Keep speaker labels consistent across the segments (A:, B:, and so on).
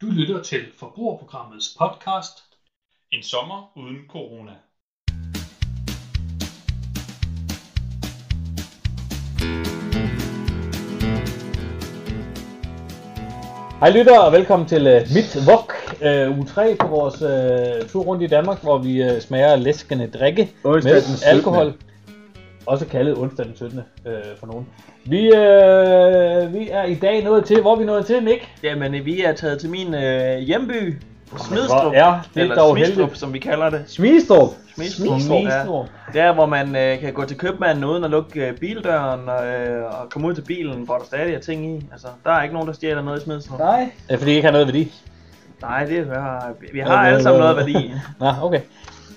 A: lytter til Forbrugerprogrammets podcast
B: En sommer uden corona.
C: Hej lytter, og velkommen til uh, Mit Vok, uh, uge 3 på vores uh, tur rundt i Danmark, hvor vi uh, smager læskende drikke
D: Onsdag den 17..
C: med alkohol. Også kaldet onsdag den 17. Uh, for nogen. Vi, uh, vi er i dag nået til, hvor er vi nået til, Nick?
D: Jamen, øh, vi er taget til min øh, hjemby,
C: Hvor
D: Smidstrup,
C: er det
D: eller
C: dog
D: Smidstrup,
C: heldigt.
D: som vi kalder det.
C: Smidstrup!
D: Smidstrup,
C: Smidstrup.
D: Der, hvor man øh, kan gå til købmanden uden at lukke øh, bildøren og, øh, og komme ud til bilen, hvor der stadig er ting i. Altså, der er ikke nogen, der stjæler noget i Smidstrup.
C: Nej. Det er fordi, I ikke har noget værdi.
D: Nej, det er, vi- vi har
C: Ja, det-
D: alle sammen noget værdi.
C: Nå, okay.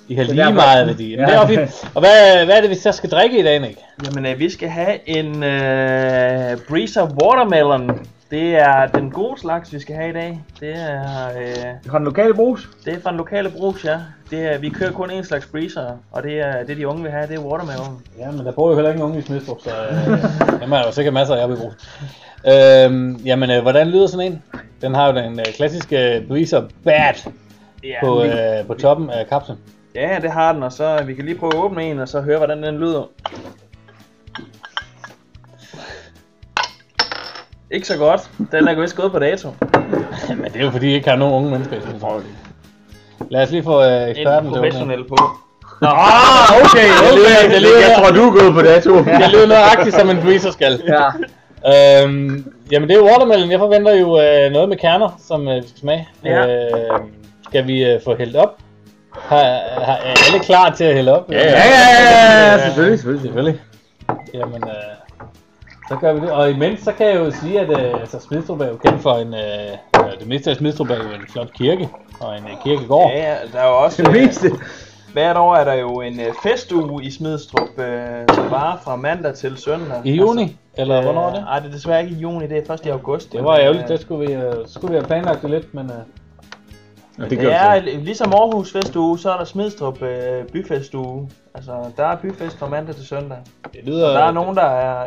C: I har
E: Så
C: lige
E: derfor-
C: meget værdi. Men
E: Ja.
C: det er også fint. Og hvad, hvad er det, vi så skal drikke i dag, Nick?
D: Jamen, øh, vi skal have en øh, Breezer Watermelon. Det er den gode slags, vi skal have i dag. Det er... Øh,
E: Har den lokale brus?
D: Det er fra den lokale brus, ja. Det er, vi kører kun en slags freezer, og det er det, de unge vil have, det er watermelon.
C: Ja, men der bor jo heller ikke nogen i Smidstrup, så øh, dem er der jo sikkert masser af oppe i brug. Øhm, jamen, øh, hvordan lyder sådan en? Den har jo den øh, klassiske Breezer Bad
D: Ja,
C: på,
D: vi,
C: øh, på toppen af kapslen.
D: ja, det har den, og så vi kan lige prøve at åbne en, og så høre, hvordan den lyder. Ikke så godt. Den er vist gået på dato.
C: Men det er jo fordi, I ikke har nogen unge mennesker i Smidstrup. Lad os lige få øh, eksperten
D: En
C: til åbne.
D: professionel på.
E: Ah, okay,
C: Okay, det lyder-
E: jeg tror, du er gået på dato.
C: Det lyder nøjagtigt som en Breezer skal.
E: ja.
C: Øhm, jamen det er watermelon. Jeg forventer jo øh, noget med kerner, som øh, vi skal smage.
D: Ja.
C: Øh, skal vi øh, få hældt op? Har, har, er alle klar til at hælde op?
E: Ja, ja, ja, ja, selvfølgelig, selvfølgelig, selvfølgelig.
C: Jamen, øh, så gør vi det. Og imens, så kan jeg jo sige, at øh, så Smidstrup er jo kendt for en... Øh, øh, det meste af Smidstrup er jo en flot kirke og en øh, kirkegård.
D: Ja, ja, der er jo også... øh,
E: Det meste.
D: hvert år er der jo en øh, festuge i Smidstrup, øh, som varer fra mandag til søndag.
C: I juni,
D: Altså,
C: eller hvornår er
D: øh,
C: det?
D: Nej, det er desværre ikke i juni, det er først i august.
C: Det var
D: Men,
C: ærgerligt,
D: øh,
C: det skulle vi, øh, skulle vi have planlagt det lidt, men... Øh,
E: Ja,
D: Det, det er li- ligesom Aarhus Festuge, så er der Smidstrup øh, Byfestuge. Altså, der er byfest fra mandag til søndag.
C: det lyder,
D: Der er nogen, der er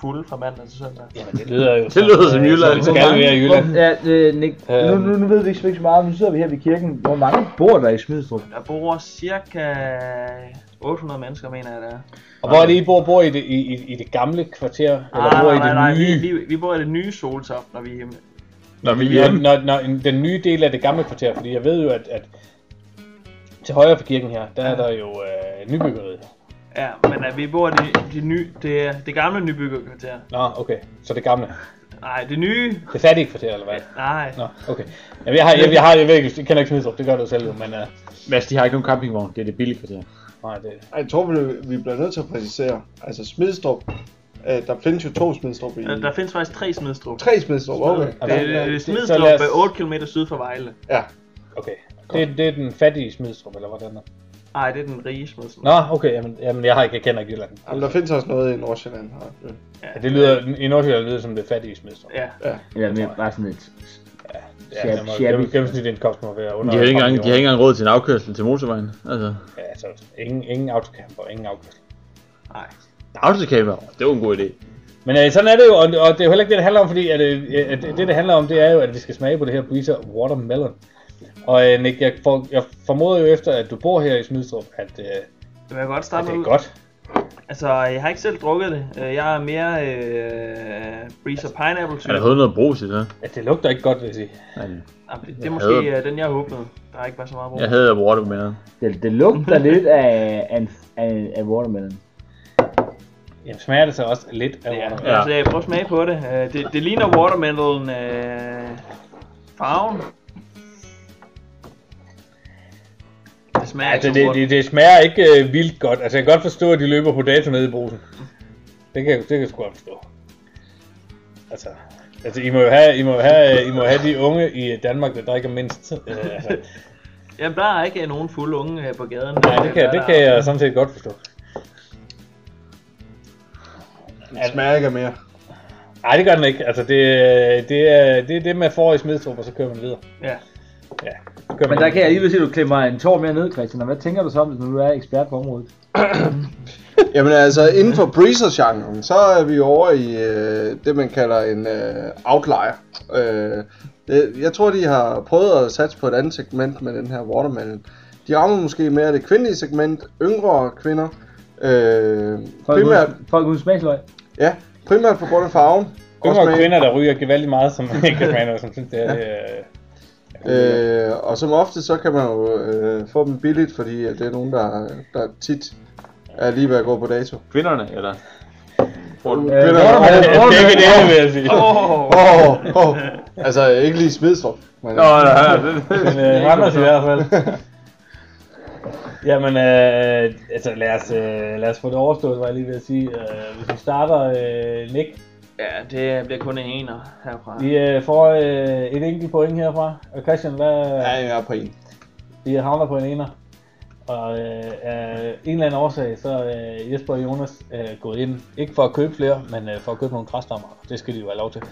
D: fulde fra mandag til søndag.
C: Jamen, det lyder jo
E: Det lyder som Jylland.
C: Det skal være Jylland.
E: Ja, øh, Nick, nu,
C: Øhm.
E: nu, nu ved vi ikke så meget, nu sidder vi her ved kirken. Hvor mange bor der i Smidstrup?
D: Der bor cirka 800 mennesker, mener jeg, der er.
C: Og hvor er det, I bor? Bor I, det, i, i, i det gamle kvarter? Eller bor I det nye?
D: Vi, vi, vi bor i det nye Soltoft, når vi er hjemme.
E: Når vi
C: Når, når, når en- den nye del af det gamle kvarter, fordi jeg ved jo, at, at til højre for kirken her, der er der jo øh, nybyggeriet.
D: Ja, men øh, vi bor i det, det, nye, det, det gamle nybyggekvarter.
C: Nå, okay. Så det gamle.
D: Nej, det nye...
C: Det fattige kvarter, eller hvad?
D: Nej,
C: Nå, okay. Jamen, jeg har, jeg, jeg har, jeg ved ikke, jeg kender ikke Smidstrup, det gør du selv jo, men uh,
E: Mads, de har ikke nogen campingvogn, det er det billige kvarter.
C: nej, det,
F: Ej, Jeg tror, vi, vi bliver nødt til at præcisere. Altså Smidstrup, øh, der findes jo to Smidstrup i...
D: øh, der findes faktisk tre Smidstrup.
F: Tre Smidstrup, okay.
D: Det, det, det er
C: Så lad
D: Smidstrup,
C: os-
D: øh, 8 km syd for Vejle.
F: Ja,
C: okay. Det, det er den fattige Smidstrup, eller hvordan er det?
D: Nej, det er den rige Smidstrup.
C: Nå, okay, jamen, jamen jeg, har ikke, jeg kender ikke Jylland.
F: Jamen, der findes også noget i Nordsjælland her. Øh,
C: Ja, det lyder, i Nordsjælland lyder det som det fattige Smidstrup.
D: Ja,
F: Ja.
G: Eller mere bare sådan et...
C: Ja, der må-
G: Shabby.
C: gennem- gennemsnitsindkomsten må være under...
H: De har, ikke engang, de har
C: 15
H: ikke engang råd til en afkørsel til motorvejen. Altså,
C: år. Ja, altså, ingen, ingen autocamper, ingen afkørsel.
D: nej.
H: autocamper, det var en god idé.
C: Men øh, sådan er det jo, og, og det er jo heller ikke det, det handler om, fordi at, øh, at det, det handler om, det er jo, at vi skal smage på det her Breezer Watermelon. Og øh, Nick, jeg, for, jeg formoder jo efter, at du bor her i Smidstrup, at, øh,
D: Det vil jeg godt
C: at
D: starte
C: det
D: med.
C: er
D: ud.
C: godt.
D: Altså, jeg har ikke selv drukket det. Øh, Jeg er mere øh, Breezer Pineapple
H: Er
D: type.
H: der overhovedet noget brug til det?
C: At det lugter ikke godt, vil jeg sige.
D: Jamen, det, det er
H: Jeg
D: måske
H: hader
D: øh, den, jeg håbede. Der er ikke bare så meget brug.
H: Jeg havde watermelon.
G: Det, det lugter lidt af, af, en- af, af watermelon.
C: Jamen, smager det så også lidt af watermelon?
D: Ja. Altså, jeg prøver at smage på det. Øh, Det, det ligner watermelon øh, farven. Det smager
C: Altså,
D: ikke så
C: det,
D: godt.
C: det, det smager ikke øh, vildt godt. Altså, jeg kan godt forstå, at de løber på dato nede i brusen. Det kan, jeg- det kan jeg sgu godt forstå. Altså, altså I, må jo have, I, må jo have, øh, I må have de unge i Danmark, der drikker mindst. Øh, altså,
D: Jamen, der er ikke nogen fulde unge øh, på gaden.
C: nej, det kan, det kan jeg sådan set godt forstå.
F: det smager ikke af mere.
C: Nej, det gør den ikke. Altså, det, øh, det, er, det er det, man får i smidstrup, og så kører man videre.
D: Ja.
C: Ja, så kører
G: Men der
C: videre.
G: kan jeg alligevel se, at du klemmer en tår mere ned, Christian. Og hvad tænker du så om, hvis nu du er ekspert på området?
F: Jamen altså, inden for breezer-genren, så er vi over i øh, det, man kalder en øh, outlier. Øh, det, jeg tror, de har prøvet at satse på et andet segment med den her watermelon. De rammer måske mere det kvindelige segment, yngre kvinder. Øh,
G: Folk
F: primært,
G: uden, folk uden smagsløg.
F: ja, primært på grund af farven. Også
C: Yngre
F: med-
C: kvinder, der ryger gevaldigt meget som enkeltmander, som synes, det er det, er-
F: Øh, og som ofte, så kan man jo øh, få dem billigt, fordi at det er nogen, der, der tit er lige ved at gå på dato.
H: Kvinderne, eller? Får du?
F: Kvinder-
C: det er begge dele, vil jeg sige.
F: Åh, oh, oh. altså ikke lige Smidstrup. Men,
H: Nå, nej, nej, det-
C: Men øh, Randers i hvert fald. Jamen, øh, altså lad os, øh, lad os få det overstået, var jeg lige ved at sige. Øh, hvis vi starter, øh, Nick,
D: Ja, det bliver kun en ener herfra.
C: vi øh, får øh, et enkelt point herfra. Og Christian, hvad?
F: Ja, jeg er på en.
C: Vi havner på en ener. Og øh, af en eller anden årsag, så er øh, Jesper og Jonas øh, gået ind. Ikke for at købe flere, men øh, for at købe nogle græstammer. Det skal de jo have lov til.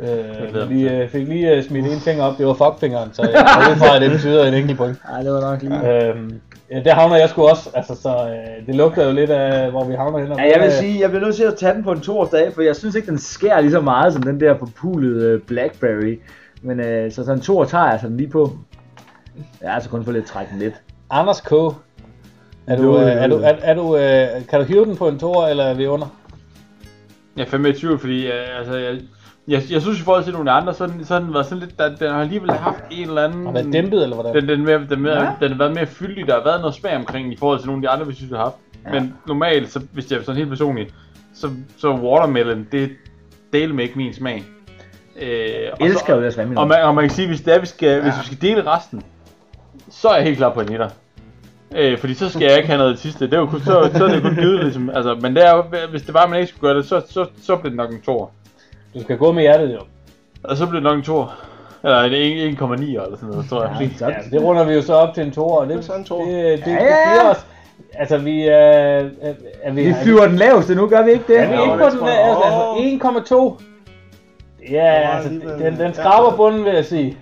C: Øh,
H: glæder
C: men vi øh, fik lige øh, smidt en finger op. Det var fuckfingeren, så øh, jeg går ud fra, at det betyder et enkelt point.
G: Nej, det var nok lige.
C: Øhm, ja, der havner jeg sgu også, altså, så øh, det lugter jo lidt af, hvor vi havner henne.
G: Ja, jeg vil sige, jeg bliver nødt til at tage den på en toårsdag, for jeg synes ikke, den skærer lige så meget som den der forpulede øh, Blackberry. Men øh, så sådan en toer tager jeg sådan lige på. Ja, altså kun for lidt trækken lidt.
C: Anders K. Er du, øh, er du, er, er du, øh, kan du hive den på en tor, eller er vi under?
H: Jeg er fandme i tvivl, fordi øh, altså, jeg, jeg, jeg synes i forhold til nogle andre, så har den, så har den været sådan lidt, der, den har alligevel haft en eller anden...
C: Har været dæmpet, eller hvordan?
H: Den, den, mere, den, mere, ja. den har været mere fyldig, der har været noget smag omkring i forhold til nogle af de andre, vi synes, vi har haft. Ja. Men normalt, så, hvis jeg er sådan helt personligt, så, så watermelon, det deler med ikke min smag. Øh, og
G: Jeg elsker
H: så,
G: jo deres vandmelon.
H: og, man, og man kan sige, hvis, det er, vi skal, ja. hvis vi skal dele resten, så er jeg helt klar på en etter. Øh, fordi så skal jeg ikke have noget det sidste. Det var kun, så, så er det kun givet, ligesom. Altså, men det er, jo- hvis det var, man ikke skulle gøre det, så, så, så blev det nok en toer.
C: Du skal gå med hjertet, jo.
H: Og så blev det nok en toer. Eller en 1,9 eller sådan noget, tror jeg.
G: Ja, så,
C: Ja, det runder vi jo så op til en tor, og det,
F: er så en toer.
C: det, det, det, det
G: Ja, ja.
C: giver os... Altså, vi øh, er... er, er vi,
G: vi flyver den laveste nu, gør vi ikke det?
C: Er vi ikke på den der? Altså, 1,2. Ja, altså, den, den skraber bunden, vil jeg sige.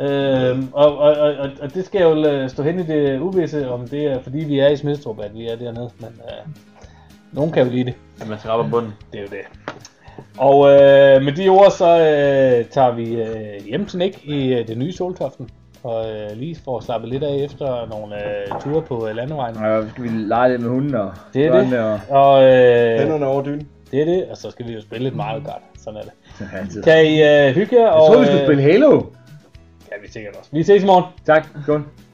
C: Øhm, og, og, og, og, og det skal jo øh, stå hen i det uvisse, om det er fordi vi er i Smidstrup, at vi er dernede. Men øh, nogen kan jo lide det.
H: At man skraber bunden.
C: Det er jo det. Og øh, med de ord, så øh, tager vi øh, hjem til Nick i øh, det nye Soltoften. Og øh, lige får slappet lidt af efter nogle øh, ture på øh, landevejen.
G: Ja, så skal vi lege lidt med hunden og
C: Det er
G: børnene
C: det.
G: og
C: Og øh,
F: Hænderne over dynen.
C: det er det, og så skal vi jo spille lidt Mario Kart. Sådan er det.
G: sådan altid.
C: Kan I øh, hygge jer?
G: Jeg
C: og,
G: troede, vi skulle spille Halo.
C: Ja, vi sikkert også. Vi ses i morgen.
G: Tak, kun.